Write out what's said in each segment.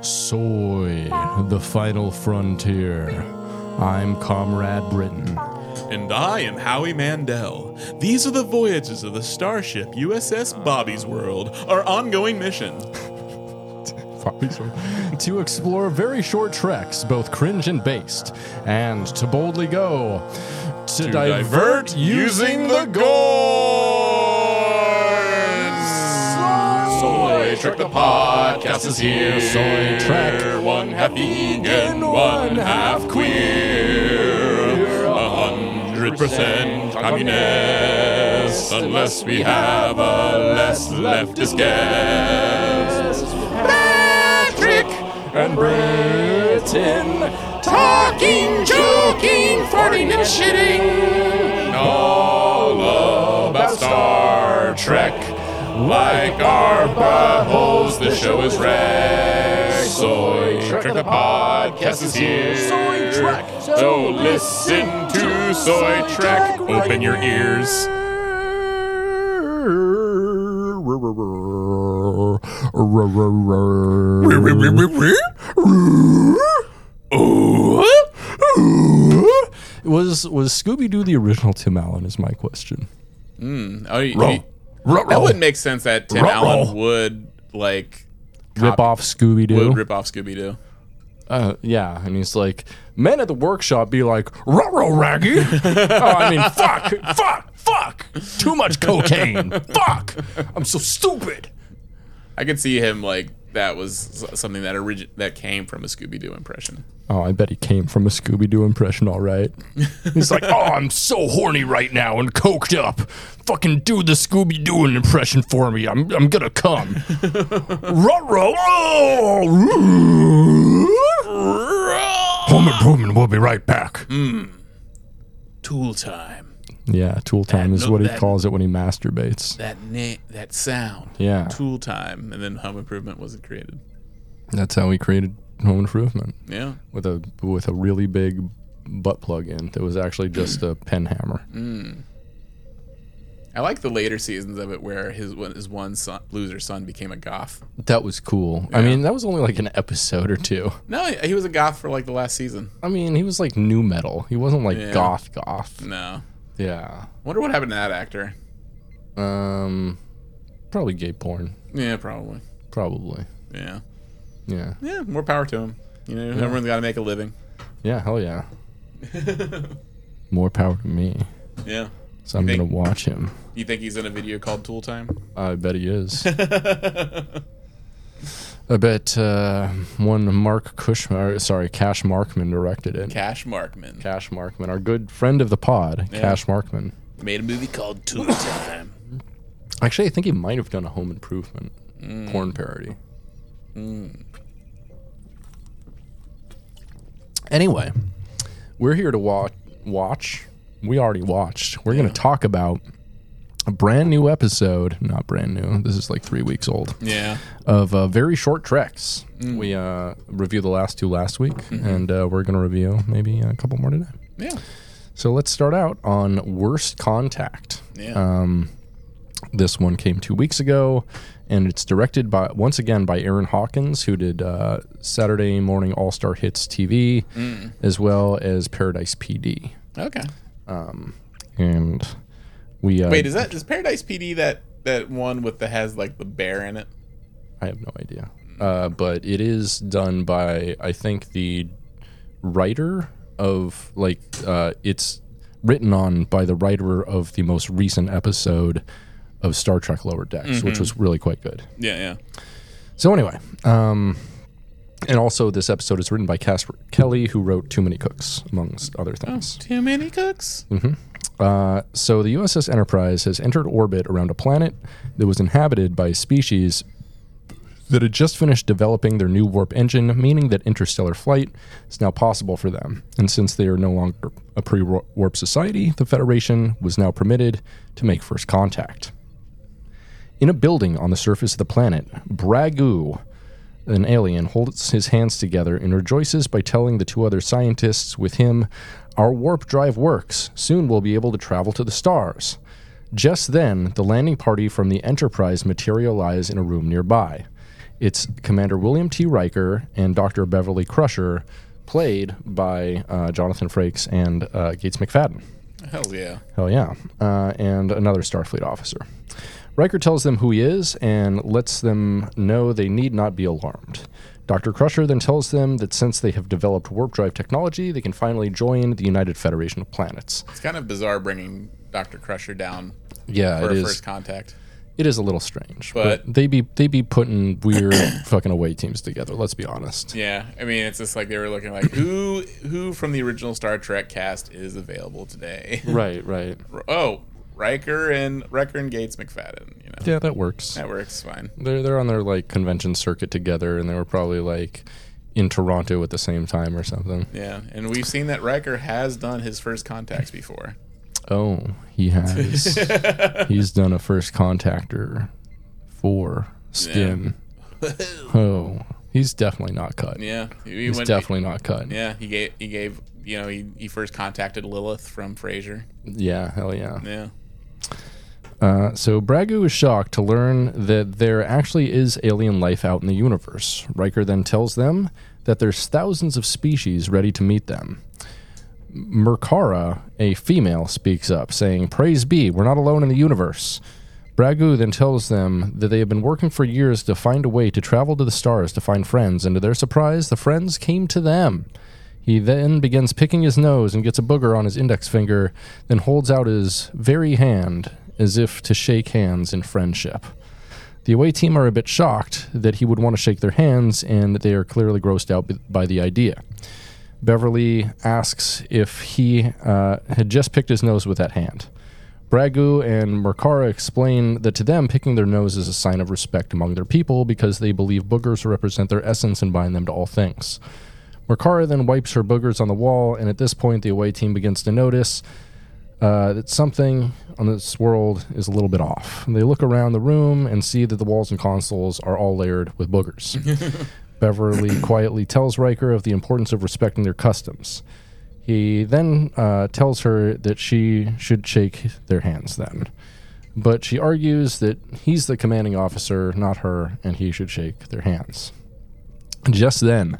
Soy, the final frontier. I'm Comrade Britain. And I am Howie Mandel. These are the voyages of the starship USS Bobby's World, our ongoing mission. to explore very short treks, both cringe and based, and to boldly go to, divert using the gourds. Soy Trek the podcast is here. Soy Trek. One half vegan, one half queer. A hundred percent communist. Unless we have a less leftist guest. Patrick and Britain. Talking, joking, farting and shitting. All about Star Trek. Like our buttholes, the show is red. Soy Trek, the podcast is here. Soy Trek, so listen to Soy Trek. Open your ears. Was was Scooby Doo the original Tim Allen? Is my question. Oh, you, you- that would make sense that Tim Allen would like Rip off Scooby Doo. would rip off Scooby Doo. Uh, yeah, and he's like, men at the workshop be like, ruh raggy. oh, I mean, fuck, fuck, fuck. Too much cocaine. fuck. I'm so stupid. I could see him like that was s- something that origi- that came from a Scooby Doo impression. Oh, I bet he came from a Scooby Doo impression, all right. He's like, oh, I'm so horny right now and coked up. Fucking do the Scooby Doo impression for me. I'm, I'm gonna come. Ruh-roh. Oh. Home improvement. We'll be right back. Tool time. Yeah, tool time is no, what he that- calls it when he masturbates. That na- that sound. Yeah. Tool time, and then Home Improvement wasn't created. That's how he created Home Improvement Yeah. with a with a really big butt plug in that was actually just a pen hammer. I like the later seasons of it where his his one son, loser son became a goth. That was cool. I mean, that was only like an episode or two. No, he he was a goth for like the last season. I mean, he was like new metal. He wasn't like Yeah. goth goth. No. Yeah. Wonder what happened to that actor. Um probably gay porn. Yeah, probably. Probably. Yeah. Yeah. Yeah, more power to him. You know, everyone's got to make a living. Yeah, hell yeah. More power to me. Yeah. So I'm think- gonna watch him. You think he's in a video called Tool Time? I bet he is. I bet uh, one Mark Cushman, or, sorry, Cash Markman directed it. Cash Markman Cash Markman, our good friend of the pod, Cash Markman. made a movie called Tool Time. Actually, I think he might have done a Home Improvement porn parody. Anyway, we're here to wa- watch. We already watched. We're going to talk about a brand new episode. Not brand new. This is like three weeks old. Yeah. of uh, very short treks. Mm. We uh, reviewed the last two last week, Mm-hmm. and uh, we're going to review maybe a couple more today. Yeah. So let's start out on Worst Contact. Yeah. This one came two weeks ago, and it's directed by once again by Aaron Hawkins, who did uh, Saturday Morning All Star Hits TV, Mm. as well as Paradise PD. okay. And we uh, Wait, is that is Paradise PD that that one with the has like the bear in it? I have no idea. Uh, but it is done by I think the writer of like uh, it's written on by the writer of the most recent episode of Star Trek Lower Decks, which was really quite good. Yeah, yeah. So anyway, um, and also this episode is written by Casper Kelly, who wrote Too Many Cooks, amongst other things. Too many cooks. So the USS Enterprise has entered orbit around a planet that was inhabited by a species that had just finished developing their new warp engine, meaning that interstellar flight is now possible for them. And since they are no longer a pre warp society, the Federation was now permitted to make first contact. In a building on the surface of the planet, Bragu An alien holds his hands together and rejoices by telling the two other scientists with him, Our warp drive works. Soon we'll be able to travel to the stars. Just then, the landing party from the Enterprise materialize in a room nearby. It's Commander William T. Riker and Dr. Beverly Crusher, played by uh, Jonathan Frakes and uh, Gates McFadden. Hell yeah. Hell yeah. Uh, and another Starfleet officer. Riker tells them who he is and lets them know they need not be alarmed. Dr. Crusher then tells them that since they have developed warp drive technology, they can finally join the United Federation of Planets. It's kind of bizarre bringing Dr. Crusher down Yeah, for it a is. first contact. It is a little strange, but, But- they be they be putting weird fucking away teams together. Let's be honest. Yeah, I mean, it's just like they were looking like who who from the original Star Trek cast is available today? Right, right. oh, Riker and Riker and Gates McFadden. You know Yeah, that works. that works fine. They're they're on their like convention circuit together, and they were probably like in Toronto at the same time or something. Yeah, and we've seen that Riker has done his first contacts before. Oh, he has. He's done a first contactor for Skin. Oh, he's definitely not cut. Yeah, he He's went- definitely not cut. Yeah. Yeah, he gave he gave you know he, he first contacted Lilith from Frasier. hell yeah. Yeah, Uh, so Bragu is shocked to learn that there actually is alien life out in the universe. Riker then tells them that there's thousands of species ready to meet them. Merkara, a female, speaks up, saying, Praise be, we're not alone in the universe. Bragu then tells them that they have been working for years to find a way to travel to the stars to find friends, and to their surprise, the friends came to them. He then begins picking his nose and gets a booger on his index finger, then holds out his very hand as if to shake hands in friendship. The away team are a bit shocked that he would want to shake their hands, and they are clearly grossed out b- by the idea. Beverly asks if he uh, had just picked his nose with that hand. Bragu and Mercara explain that to them, picking their nose is a sign of respect among their people because they believe boogers represent their essence and bind them to all things. Mercara then wipes her boogers on the wall, and at this point, the away team begins to notice uh, that something on this world is a little bit off. And they look around the room and see that the walls and consoles are all layered with boogers. Beverly quietly tells Riker of the importance of respecting their customs. He then uh, tells her that she should shake their hands then. But she argues that he's the commanding officer, not her, and he should shake their hands. Just then,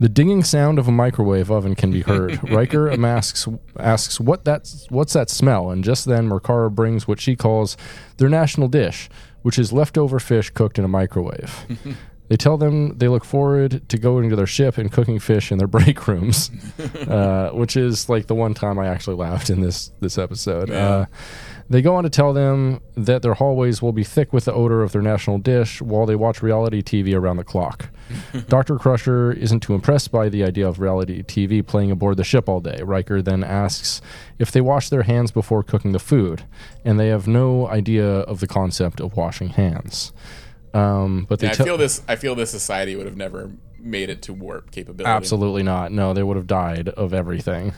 the dinging sound of a microwave oven can be heard. Riker asks, asks what that's, what's that smell, and just then Mercara brings what she calls their national dish, which is leftover fish cooked in a microwave. they tell them they look forward to going to their ship and cooking fish in their break rooms, uh, which is like the one time I actually laughed in this, this episode. Uh, they go on to tell them that their hallways will be thick with the odor of their national dish while they watch reality TV around the clock. Dr. Crusher isn't too impressed by the idea of reality TV playing aboard the ship all day. Riker then asks if they wash their hands before cooking the food, and they have no idea of the concept of washing hands. Um, but they And I tell- feel this. I feel this society would have never made it to warp capability. absolutely not. No, they would have died of everything.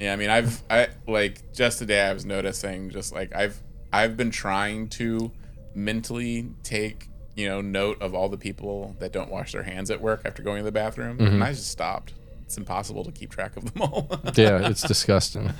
Yeah, I mean, I've I like just today I was noticing just like I've I've been trying to mentally take you know note of all the people that don't wash their hands at work after going to the bathroom, Mm-hmm. and I just stopped. It's impossible to keep track of them all. Yeah, it's disgusting.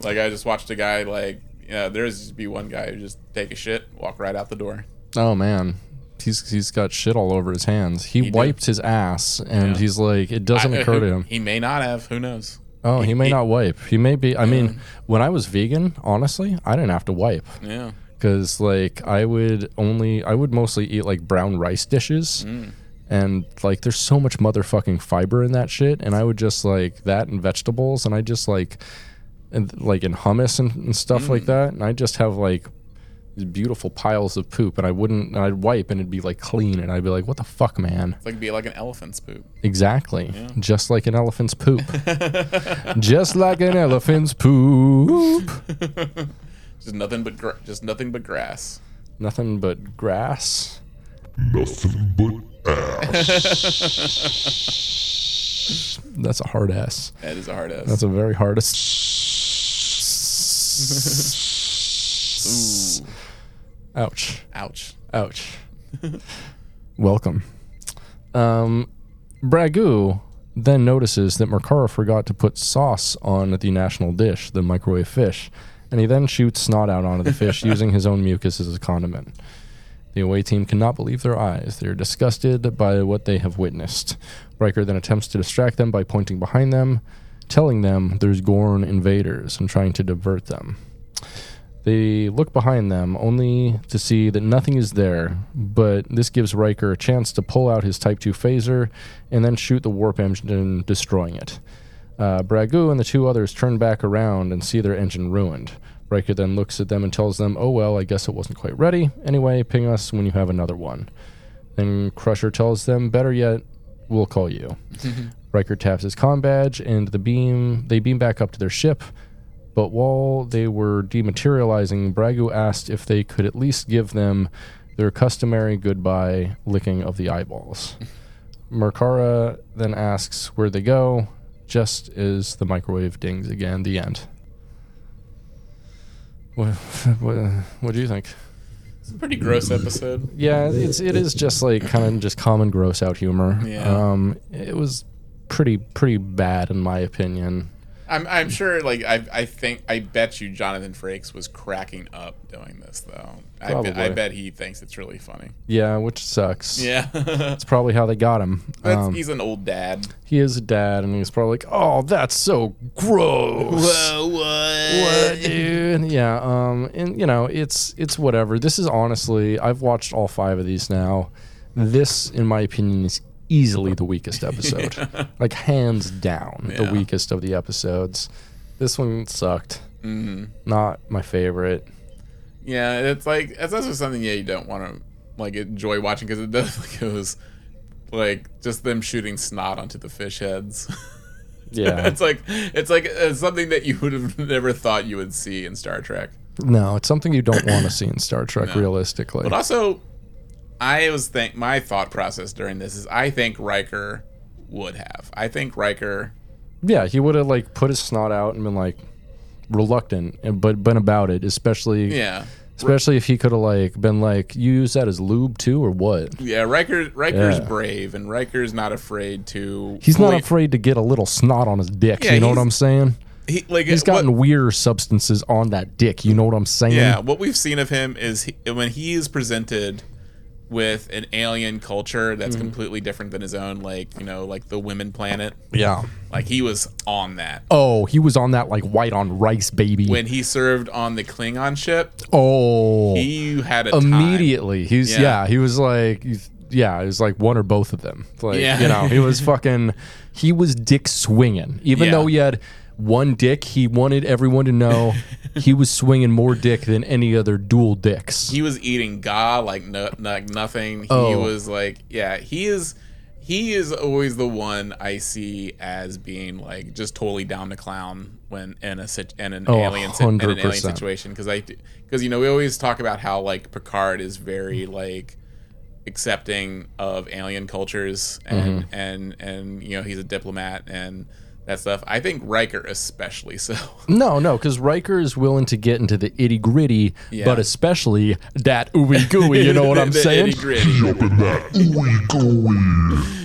like I just watched a guy like yeah, there's just be one guy who just take a shit, walk right out the door. Oh man. He's, he's got shit all over his hands. He, did. wiped his ass, and he's like, it doesn't I- occur to who- him. He may not have. Who knows? Oh, he may not wipe. He may be. I mean, when I was vegan, honestly, I didn't have to wipe Yeah. because, like, I would only, I would mostly eat like brown rice dishes, and like, there's so much motherfucking fiber in that shit, and I would just like that and vegetables, and I just like, and like in hummus and, and stuff like that, and I just have like these beautiful piles of poop, and I wouldn't, and I'd wipe, and it'd be like clean, and I'd be like, what the fuck, man. It's like be like an elephant's poop. Exactly. Just like an elephant's poop. Just like an elephant's poop. Just nothing but gra- just nothing but grass. Nothing but grass. Nothing but ass. That's a hard S. That is a hard ass. That's a very hard S. Ouch. Ouch. Ouch. Welcome. Um, Bragu then notices that Mercara forgot to put sauce on the national dish, the microwave fish, and he then shoots snot out onto the fish using his own mucus as a condiment. The away team cannot believe their eyes. They are disgusted by what they have witnessed. Riker then attempts to distract them by pointing behind them, telling them there's Gorn invaders, and trying to divert them. They look behind them only to see that nothing is there, but this gives Riker a chance to pull out his Type 2 phaser and then shoot the warp engine, destroying it. Uh, Bragu and the two others turn back around and see their engine ruined. Riker then looks at them and tells them, Oh, well, I guess it wasn't quite ready. Anyway, ping us when you have another one. Then Crusher tells them, Better yet, we'll call you. Riker taps his comm badge, and the beam they beam back up to their ship. But while they were dematerializing, Bragu asked if they could at least give them their customary goodbye licking of the eyeballs. Mercara then asks where they go, just as the microwave dings again. The end. What, what, what do you think? It's a pretty gross episode. Yeah, it's it is just like kind of just common gross out humor. Yeah. Um, it was pretty pretty bad in my opinion. I'm, I'm sure, like, I, I think, I bet you Jonathan Frakes was cracking up doing this, though. I, bet, I Probably. bet he thinks it's really funny. Yeah, which sucks. Yeah. That's, It's probably how they got him. Um, he's an old dad. he is a dad, and he's probably like, "Oh, that's so gross." What, dude? Yeah. Um. And you know, it's it's whatever. This is honestly, I've watched all five of these now. This, in my opinion, is easily the weakest episode. Like hands down, the Yeah. weakest of the episodes. This one sucked. Mm-hmm. Not my favorite. Yeah, it's like it's also something yeah you don't want to like enjoy watching because it does like it was like just them shooting snot onto the fish heads. Yeah. it's like it's like uh something that you would have never thought you would see in Star Trek. no, it's something you don't want to see in Star Trek, realistically. But also, I was think my thought process during this is I think Riker would have. I think Riker. Yeah, he would have like put his snot out and been like reluctant, and but been about it, especially Yeah. especially if he could have like been like, "You use that as lube too, or what?" Yeah, Riker. Riker's Yeah. brave, and Riker's not afraid to. He's not point- afraid to get a little snot on his dick. Yeah, you know what he's- I'm saying? He, like He's what- gotten weirder substances on that dick. You know what I'm saying? Yeah, what we've seen of him is he, when he is presented with an alien culture that's Mm-hmm. completely different than his own, like you know, like the women planet. Yeah. Like he was on that Oh, he was on that like white on rice, baby. when he served on the Klingon ship. oh, He had a time. immediately. He's yeah. Yeah. He was like, he's- yeah. It was like one or both of them. Like Yeah. you know, he was fucking. He was dick swinging, even Yeah. though he had one dick. He wanted everyone to know he was swinging more dick than any other dual dicks. He was eating ga like no, like nothing. He Oh. was like, yeah, he is. He is always the one I see as being like just totally down to clown when in a sit- in an Oh, alien sit- in an alien 100%. situation because I because you know we always talk about how like Picard is very like accepting of alien cultures and Mm-hmm. and and you know he's a diplomat and that stuff. I think Riker especially so. No, no, because Riker is willing to get into the itty gritty, Yeah. but especially that ooey gooey. You know what I'm The saying? itty-gritty. Up in that ooey gooey.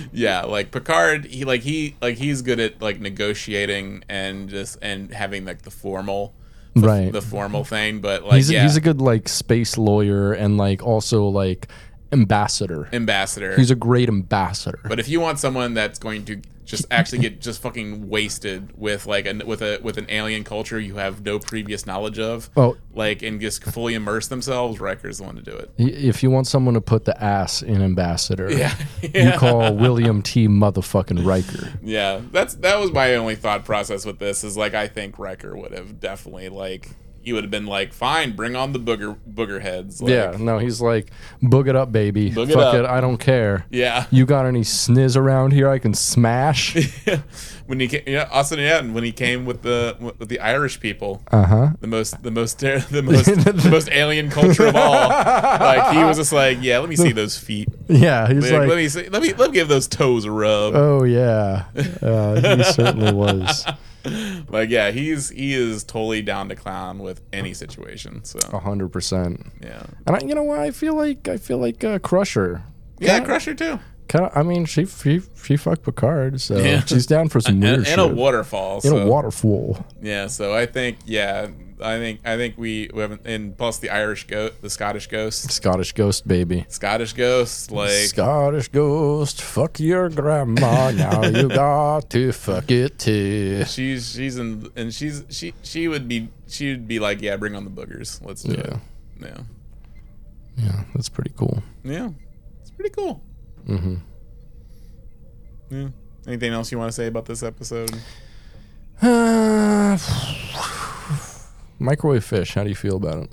Yeah, like Picard, he like he like he's good at like negotiating and just and having like the formal, the, Right. the formal thing. But like He's, a yeah, he's a good like space lawyer and like also like ambassador. ambassador. He's a great ambassador. but if you want someone that's going to just actually get just fucking wasted with like an with a with an alien culture you have no previous knowledge of, Oh. like and just fully immerse themselves, Riker's the one to do it. Y- if you want someone to put the ass in ambassador, Yeah, you call William T. Motherfucking Riker. yeah. That's that was my only thought process with this is like I think Riker would have definitely like. He would have been like, "Fine, bring on the booger booger heads." Like, Yeah, no, he's like, boog it up, baby. Boog it Fuck up." it, I don't care. Yeah. You got any sniz around here I can smash? when he came, yeah, Austin yeah, and when he came with the with the Irish people, Uh. Uh-huh. the most the most ter- the most the most alien culture of all. Like he was just like, yeah, let me see those feet. yeah, he's Like, like, let me see, let me let me give those toes a rub. Oh yeah, uh, he certainly was like yeah, he's he is totally down to clown with any situation. So hundred percent. yeah, And I, you know what? I feel like I feel like uh, Crusher. yeah, Crusher too. Kinda, I mean, she she, she fucked Picard, so Yeah. she's down for some weird and, shit. and a waterfall. in so- a waterfall. Yeah, so I think yeah, I think I think we, we haven't and plus the Irish goat, the Scottish ghost, Scottish ghost baby. Scottish ghost, like Scottish ghost, fuck your grandma. now you got to fuck it too. she's she's in and she's she she would be she would be like yeah, bring on the boogers, let's do it. Yeah. Yeah, Yeah, that's pretty cool. yeah, it's pretty cool. Mm-hmm. Yeah. Anything else you want to say about this episode? Uh, microwave fish. How do you feel about it?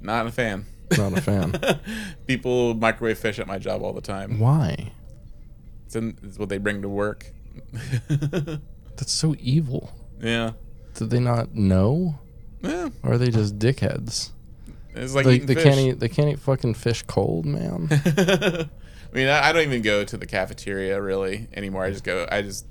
Not a fan. Not a fan. People microwave fish at my job all the time. Why? It's, in, it's what they bring to work. That's so evil. yeah. Did they not know? Yeah. Or are they just dickheads? It's like They, eating they fish. can't eat. They can't eat fucking fish cold, man. I mean, I, I don't even go to the cafeteria really anymore. I just go, I just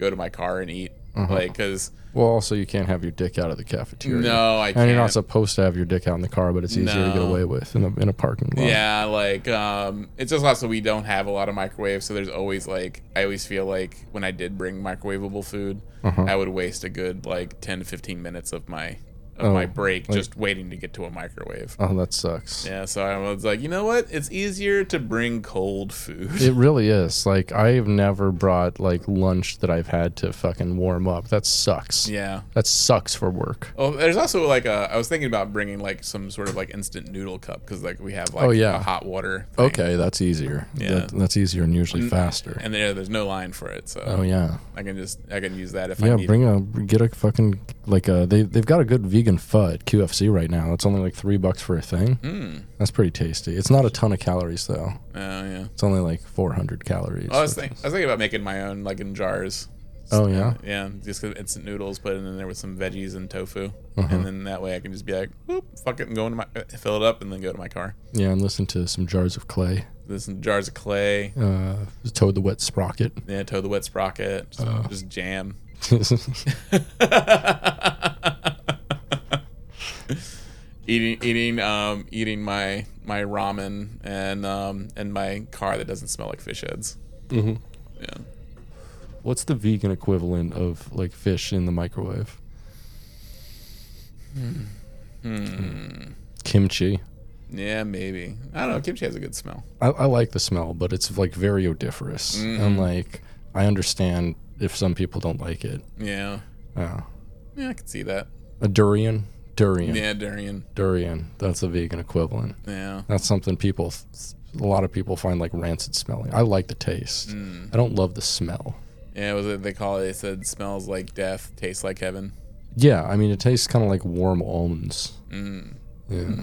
go to my car and eat, Like Uh-huh. 'cause like because well, also you can't have your dick out of the cafeteria. no, I And can't. you're not supposed to have your dick out in the car, but it's easier to get No. away with in a, in a parking lot. yeah, like um, it's just also we don't have a lot of microwaves, so there's always like I always feel like when I did bring microwavable food, Uh-huh. I would waste a good like ten to fifteen minutes of my of Oh, my break like- just waiting to get to a microwave. Oh, that sucks. Yeah, so I was like, you know what? It's easier to bring cold food. It really is. Like I've never brought like lunch that I've had to fucking warm up. That sucks. yeah. That sucks for work. Oh, there's also like a. I was thinking about bringing like some sort of like instant noodle cup because like we have like Oh, yeah. a hot water. thing. Okay, that's easier. Yeah. That- that's easier and usually faster. And there, there's no line for it, so oh yeah. I can just I can use that if I Yeah, need. bring a get a fucking like a they they've got a good vegan pho at QFC right now. It's only like three bucks for a thing. That's pretty tasty. It's not a ton of calories though. it. Oh yeah. It's only like four hundred calories. Well, I was thinking I was thinking about making my own like in jars. oh yeah, Yeah, just 'cause instant noodles, put in there with some veggies and tofu, Uh-huh. and then that way I can just be like, whoop, fuck it, and go into my uh, fill it up and then go to my car. yeah, and listen to some jars of clay. There's some jars of clay. Uh, Toad the Wet Sprocket. Yeah, toe the wet sprocket. Just, Uh. just jam. Mm-hmm. eating eating um eating my my ramen and um and my car that doesn't smell like fish heads. Mm-hmm. What's the vegan equivalent of like fish in the microwave? Hmm. Kimchi. Yeah. Yeah, maybe. I don't know. Kimchi has a good smell. I, I like the smell, but it's like very odoriferous, and like I understand if some people don't like it. Yeah. Yeah. Yeah, I can see that. A durian, durian, Yeah, durian. durian. That's a vegan equivalent. Yeah. That's something people, a lot of people find like rancid smelling. I like the taste. I don't love the smell. Yeah, was it they call it? They said smells like death, tastes like heaven. Yeah, I mean it tastes kind of like warm almonds. Yeah,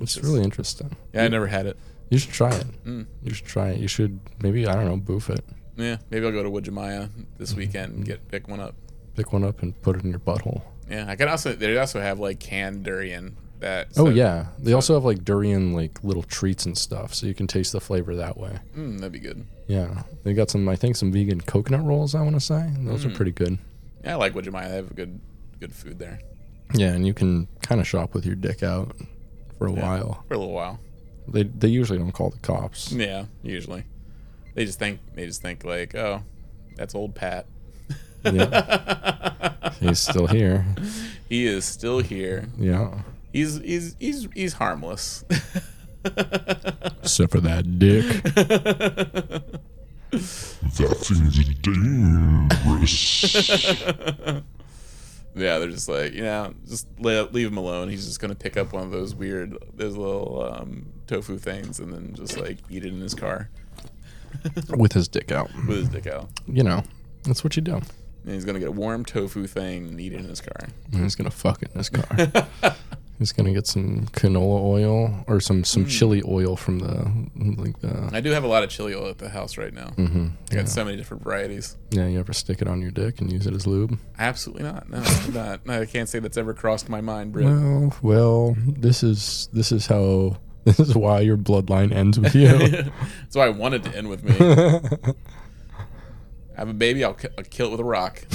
it's really interesting. Yeah, I never had it. You should try it. You should try it. You should maybe I don't know boof it, Yeah, maybe I'll go to Wajimaya this weekend and get pick one up. pick one up and put it in your butthole. Yeah, I can also they also have like canned durian that. Oh so- yeah, they also have like durian like little treats and stuff, so you can taste the flavor that way. Mm, that'd be good. Yeah, they got some I think some vegan coconut rolls. I want to say and those are pretty good. Yeah, I like Wajimaya. They have good good food there Yeah, and you can kind of shop with your dick out for a while. for a little while. They they usually don't call the cops. Yeah, usually they just think they just think like, oh, that's old Pat. Yeah. He's still here. He is still here. Yeah. He's he's he's he's harmless. Except for that dick. That thing's dangerous. yeah, they're just like, you know, just lay, leave him alone. He's just gonna pick up one of those weird those little um, tofu things and then just like eat it in his car With his dick out. with his dick out. You know, that's what you do. And he's gonna get a warm tofu thing and eat it in his car. And he's gonna fuck it in his car. he's gonna get some canola oil or some some chili oil from the like the I do have a lot of chili oil at the house right now. Mm-hmm. I got so many different varieties. yeah. You ever stick it on your dick and use it as lube? Absolutely not. No, I'm not. No, I can't say that's ever crossed my mind, Britt. Well, well, this is this is how this is why your bloodline ends with you. That's why I wanted to end with me. I have a baby. I'll, ki- I'll kill it with a rock.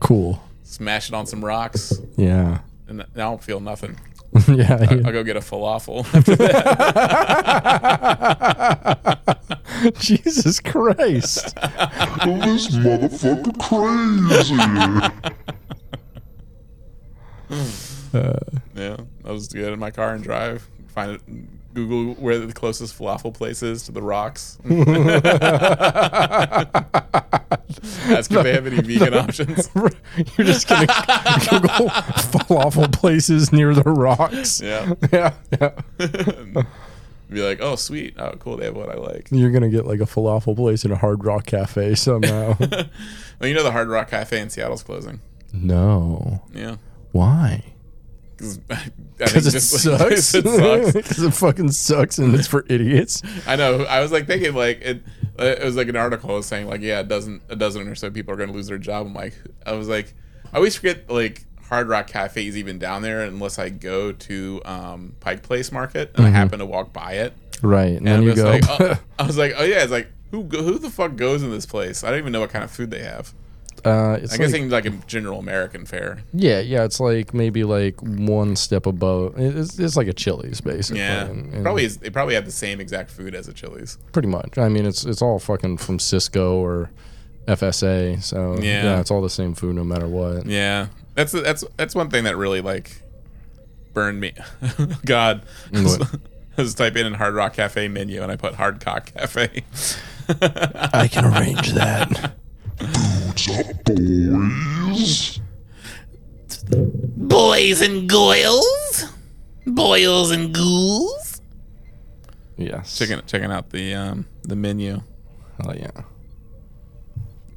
cool. Smash it on some rocks, Yeah. and I don't feel nothing. yeah. yeah. I'll go get a falafel. After that. Jesus Christ. Oh, This motherfucker crazy. Uh, yeah, I'll just get in my car and drive. Find it. Google where the closest falafel place is to the rocks. Ask if they have any vegan options. You're just gonna Google falafel places near the rocks. Yeah. Yeah, yeah. Be like, oh, sweet. Oh, cool. They have what I like. You're gonna get like a falafel place in a Hard Rock Cafe somehow. Well, Oh, you know, the Hard Rock Cafe in Seattle's closing. no, Yeah. why? Because Because it sucks. it Because sucks. it, fucking sucks, and it's for idiots. I know. I was like thinking like it. It was like an article was saying like yeah, a dozen a dozen or so people are going to lose their job. I'm like, I was like, I always forget like Hard Rock Cafe is even down there unless I go to um, Pike Place Market and I happen to walk by it. Right, Mm-hmm. and, And then I you was go. like, oh, I was like, oh yeah, it's like who go- who the fuck goes in this place? I don't even know what kind of food they have. uh, it's I like, guess it seems like a general American fare. yeah, yeah, it's like maybe like one step above. it- It's, it's like a Chili's basically. Yeah, and- and- probably is, they probably have the same exact food as a Chili's. pretty much. I mean, it's it's all fucking from Cisco or FSA. So yeah, Yeah. it's all the same food no matter what. Yeah, that's that's that's one thing that really like burned me. God, I was, What? I was typing in Hard Rock Cafe menu and I put Hard Cock Cafe. I can arrange that. What's up, boys? Boys and goils. Boils and ghouls. yes. checking checking out the um, the menu. Oh yeah.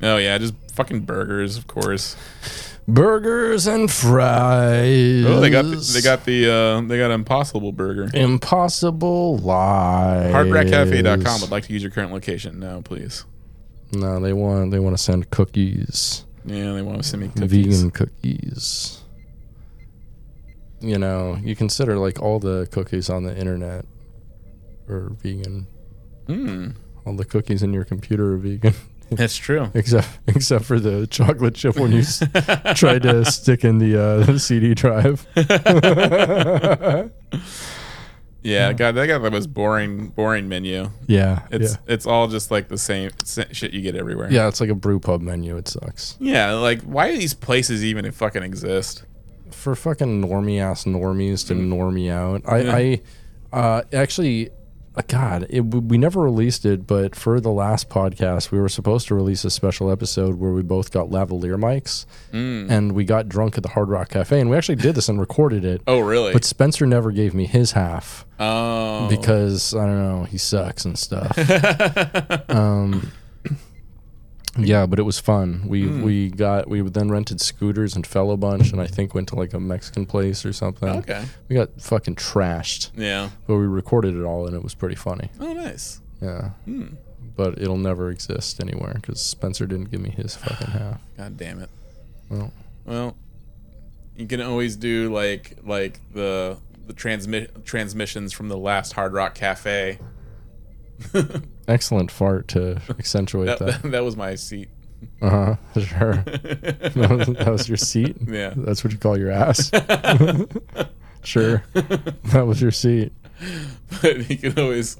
Oh yeah, just fucking burgers, of course. Burgers and fries. Oh, they got the, they got the uh, they got Impossible Burger. impossible lies. HardRockCafe.com would like to use your current location. No, please. No, they want they want to send cookies, Yeah, they want to send me cookies. vegan cookies. You know, you consider like all the cookies on the internet are vegan. Mm, All the cookies in your computer are vegan. that's true. except except for the chocolate chip when you s- tried to stick in the uh, CD drive. Yeah, God, they got the most boring boring menu. Yeah, It's yeah, it's all just like the same sa- shit you get everywhere. yeah. It's like a brew pub menu. It sucks Yeah, like why do these places even fucking exist? for fucking normie ass normies to norm me out. I, Mm-hmm. Yeah. I uh, actually. uh, God, it, we we never released it, but for the last podcast, we were supposed to release a special episode where we both got lavalier mics Mm. and we got drunk at the Hard Rock Cafe. And we actually did this and recorded it. Oh, really? But Spencer never gave me his half. oh, because I don't know, he sucks and stuff. um, yeah, but it was fun. We Hmm. we got we then rented scooters and fell a bunch, and I think went to like a Mexican place or something. okay. we got fucking trashed, Yeah. but we recorded it all, and it was pretty funny. Oh, nice. Yeah, Hmm. but it'll never exist anywhere because Spencer didn't give me his fucking half. God damn it. Well. well, you can always do like like the the transmit transmissions from the last Hard Rock Cafe. Excellent fart to accentuate That, that. that, was my seat. Uh huh. Sure. That was, that was your seat. Yeah. That's what you call your ass. sure. That was your seat. But you can always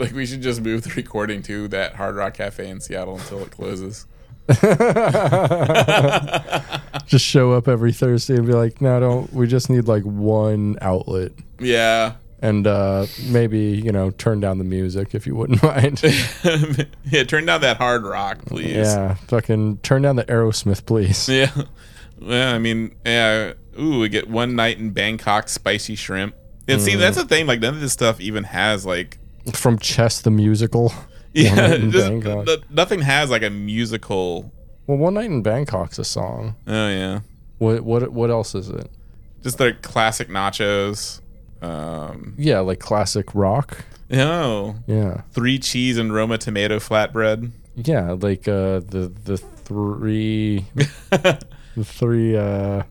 like we should just move the recording to that Hard Rock Cafe in Seattle until it closes. Just show up every Thursday and be like, no, don't. We just need like one outlet. Yeah. And uh, maybe, you know, turn down the music if you wouldn't mind. yeah, turn down that hard rock, please. yeah. Fucking turn down the Aerosmith, please. Yeah. Well, I mean, yeah. Ooh, we get one night in Bangkok, spicy shrimp. And Mm. see, that's the thing. Like, none of this stuff even has like, From Chess the Musical. One yeah, Night in just- Bangkok. th- nothing has like a musical. Well, One Night in Bangkok's a song. Oh yeah, What, what, what else is it? just their classic nachos. Um, Yeah, like classic rock. oh, Yeah. three cheese and Roma tomato flatbread. Yeah, like uh, the the three, the three. Uh,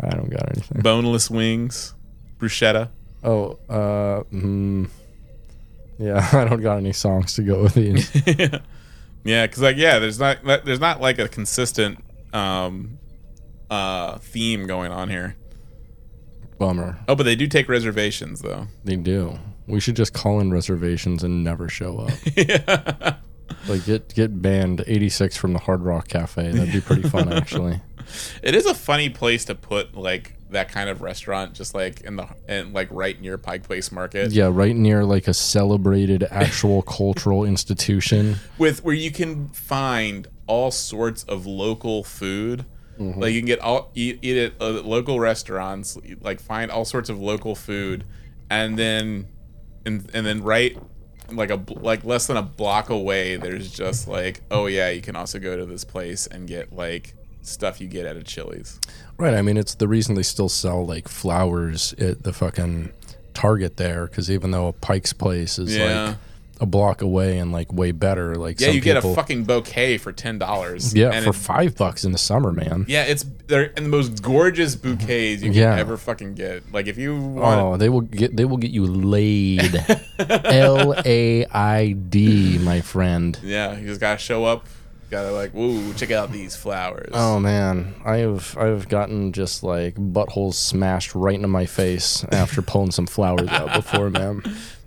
I don't got anything. boneless wings, bruschetta. Oh, uh, mm, yeah, I don't got any songs to go with these. Yeah, because like yeah, there's not there's not like a consistent um, uh, theme going on here. Bummer. Oh, but they do take reservations though. They do. We should just call in reservations and never show up. Like get get banned 86 from the Hard Rock Cafe. That'd be pretty fun actually. It is a funny place to put like that kind of restaurant, just like in the and like right near Pike Place Market, Yeah, right near like a celebrated actual cultural institution. with where you can find all sorts of local food. Mm-hmm. Like you can get all eat, eat at uh, local restaurants, like find all sorts of local food, and then and and then right like a bl- like less than a block away, there's just like oh yeah, you can also go to this place and get like stuff you get at a Chili's. Right. I mean, it's the reason they still sell like flowers at the fucking Target there, because even though a Pike's Place is Yeah. like a block away and like way better, like Yeah, some you get people, a fucking bouquet for ten dollars. yeah for it, five bucks in the summer, man. yeah, it's they're and the most gorgeous bouquets you can Yeah. ever fucking get. Like if you want, Oh, they will get they will get you laid, L A I D, my friend. yeah, you just gotta show up. Gotta like, whoa, check out these flowers. Oh man, I've I've gotten just like buttholes smashed right into my face after pulling some flowers out before, man.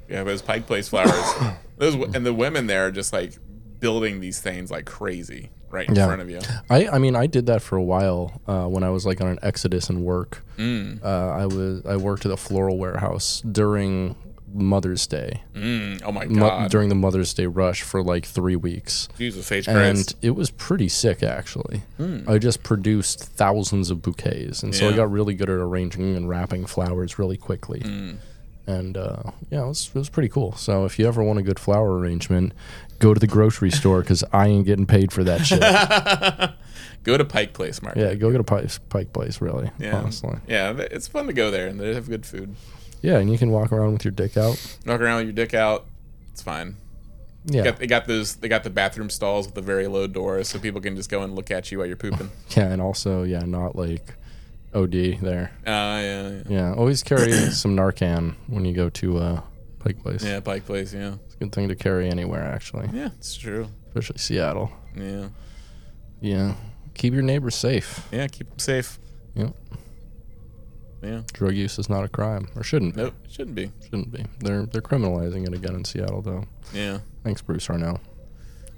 Yeah, those Pike Place flowers. those w- and the women there are just like building these things like crazy right in Yeah. front of you. I, I mean, I did that for a while uh, when I was like on an exodus in work. Mm. Uh, I was I worked at a floral warehouse during Mother's Day, Mm, Oh my Mo- god, during the Mother's Day rush for like three weeks, Jesus H and Christ. Hmm. it was pretty sick actually. I just produced thousands of bouquets, and so I Yeah. got really good at arranging and wrapping flowers really quickly. Mm. And uh, yeah, it was, it was pretty cool. So if you ever want a good flower arrangement, go to the grocery store because I ain't getting paid for that shit. Go to Pike Place Market. Yeah, go get a Pike, Pike Place, really. Yeah, Honestly. yeah, th- it's fun to go there and they have good food. Yeah, and you can walk around with your dick out. Walk around with your dick out. It's fine. Yeah. Got, they got those. They got the bathroom stalls with the very low doors, so people can just go and look at you while you're pooping. Yeah, and also, yeah, not like OD there. Uh, yeah, yeah, Yeah, always carry some Narcan when you go to uh, Pike Place. yeah. Pike Place. Yeah, It's a good thing to carry anywhere, actually, yeah. It's true. especially Seattle. Yeah, Yeah. Keep your neighbors safe. yeah. Keep them safe. Yep. Yeah. Drug use is not a crime, or shouldn't be. Nope. it Shouldn't be. Shouldn't be. They're they're criminalizing it again in Seattle, though. Yeah. Thanks, Bruce Arnell.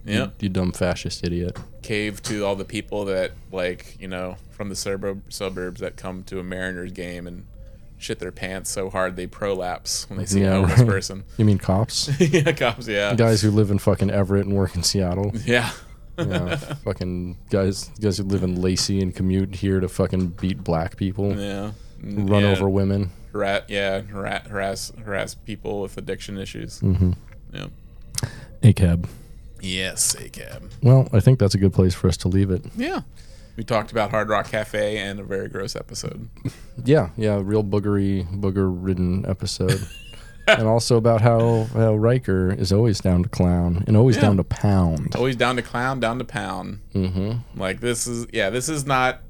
Yeah. You dumb fascist idiot. Cave to all the people that like you know from the suburb suburbs that come to a Mariners game and shit their pants so hard they prolapse when they see Yeah, a homeless right. person. You mean cops? yeah, cops. Yeah. Guys who live in fucking Everett and work in Seattle. Yeah. Yeah, fucking guys, guys who live in Lacey and commute here to fucking beat black people, Yeah. run Yeah. over women. Harass, yeah, harass, harass, harass people with addiction issues. Mm-hmm. Yeah. ACAB. Yes, ACAB. Well, I think that's a good place for us to leave it. Yeah. We talked about Hard Rock Cafe and a very gross episode. Yeah, yeah, real boogery, booger-ridden episode, and also about how how Riker is always down to clown and always Yeah. down to pound. Always down to clown, down to pound. Mm-hmm. Like this is yeah, this is not.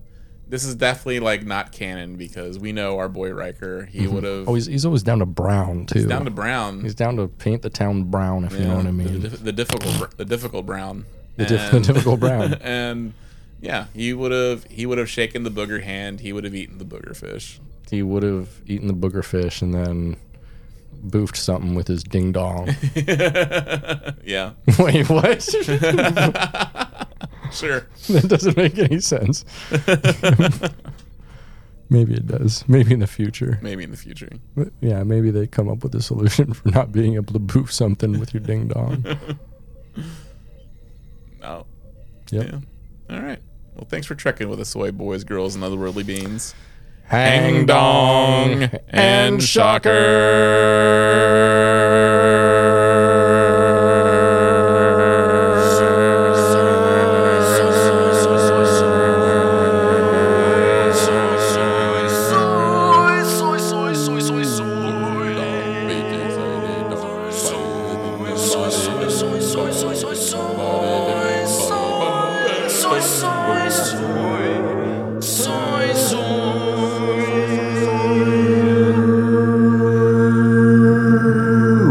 This is definitely like not canon because we know our boy Riker. He would have Always, he's always down to brown too. He's down to Brown. Mm-hmm. Oh, he's down to paint the town brown, if you know Yeah, what I The, mean. dif- the difficult, br- the difficult Brown. The, diff- the And- difficult brown. and yeah, he would have he would have shaken the booger hand. He would have eaten the booger fish. He would have eaten the booger fish and then boofed something with his ding dong. Yeah, Wait, what? sure. That doesn't make any sense. maybe it does. Maybe in the future. Maybe in the future. But yeah, maybe they come up with a solution for not being able to boof something with your ding dong. No. Yep. Yeah. Oh. All right. Well, thanks for trekking with us, soy boys, girls, and otherworldly beings. Hang dong and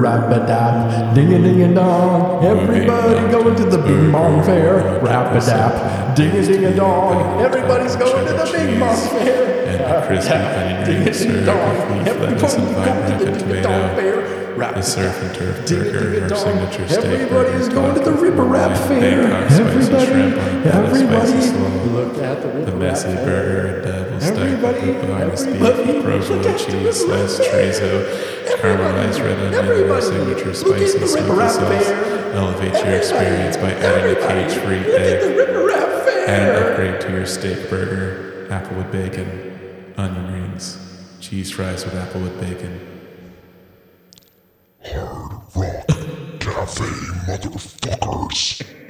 Rub a dab, ding a ding a dong, Everybody going to the Big Mom Fair. Rap a dap. Ding a ding a dong. Everybody's going to the Big Mom Fair. and crispy onion Ding a rings ding served dong. with beef lettuce Everybody's and going to the Ding a Dong vibrant and tomato. Fair. Rap The a surf dap. and turf Ding a burger, ding a our dong. signature steak burger. Everybody's going to the Ripper Rap Black Fair. Bangkok spicy shrimp on Everybody, pepper spicy everybody, slaw. look at the The Ripper Rap messy Fair. burger, a double stack Everybody, with bonus beef, everybody, look provolone at the cheese, sliced rap there. chorizo, caramelized red onion, and our everybody, signature look at spicy the sweet rap sauce. there. Elevate your experience by adding a cage-free egg. Add an upgrade to your steak burger, applewood bacon, onion rings, cheese fries with applewood bacon. Hard Rock Cafe, motherfuckers.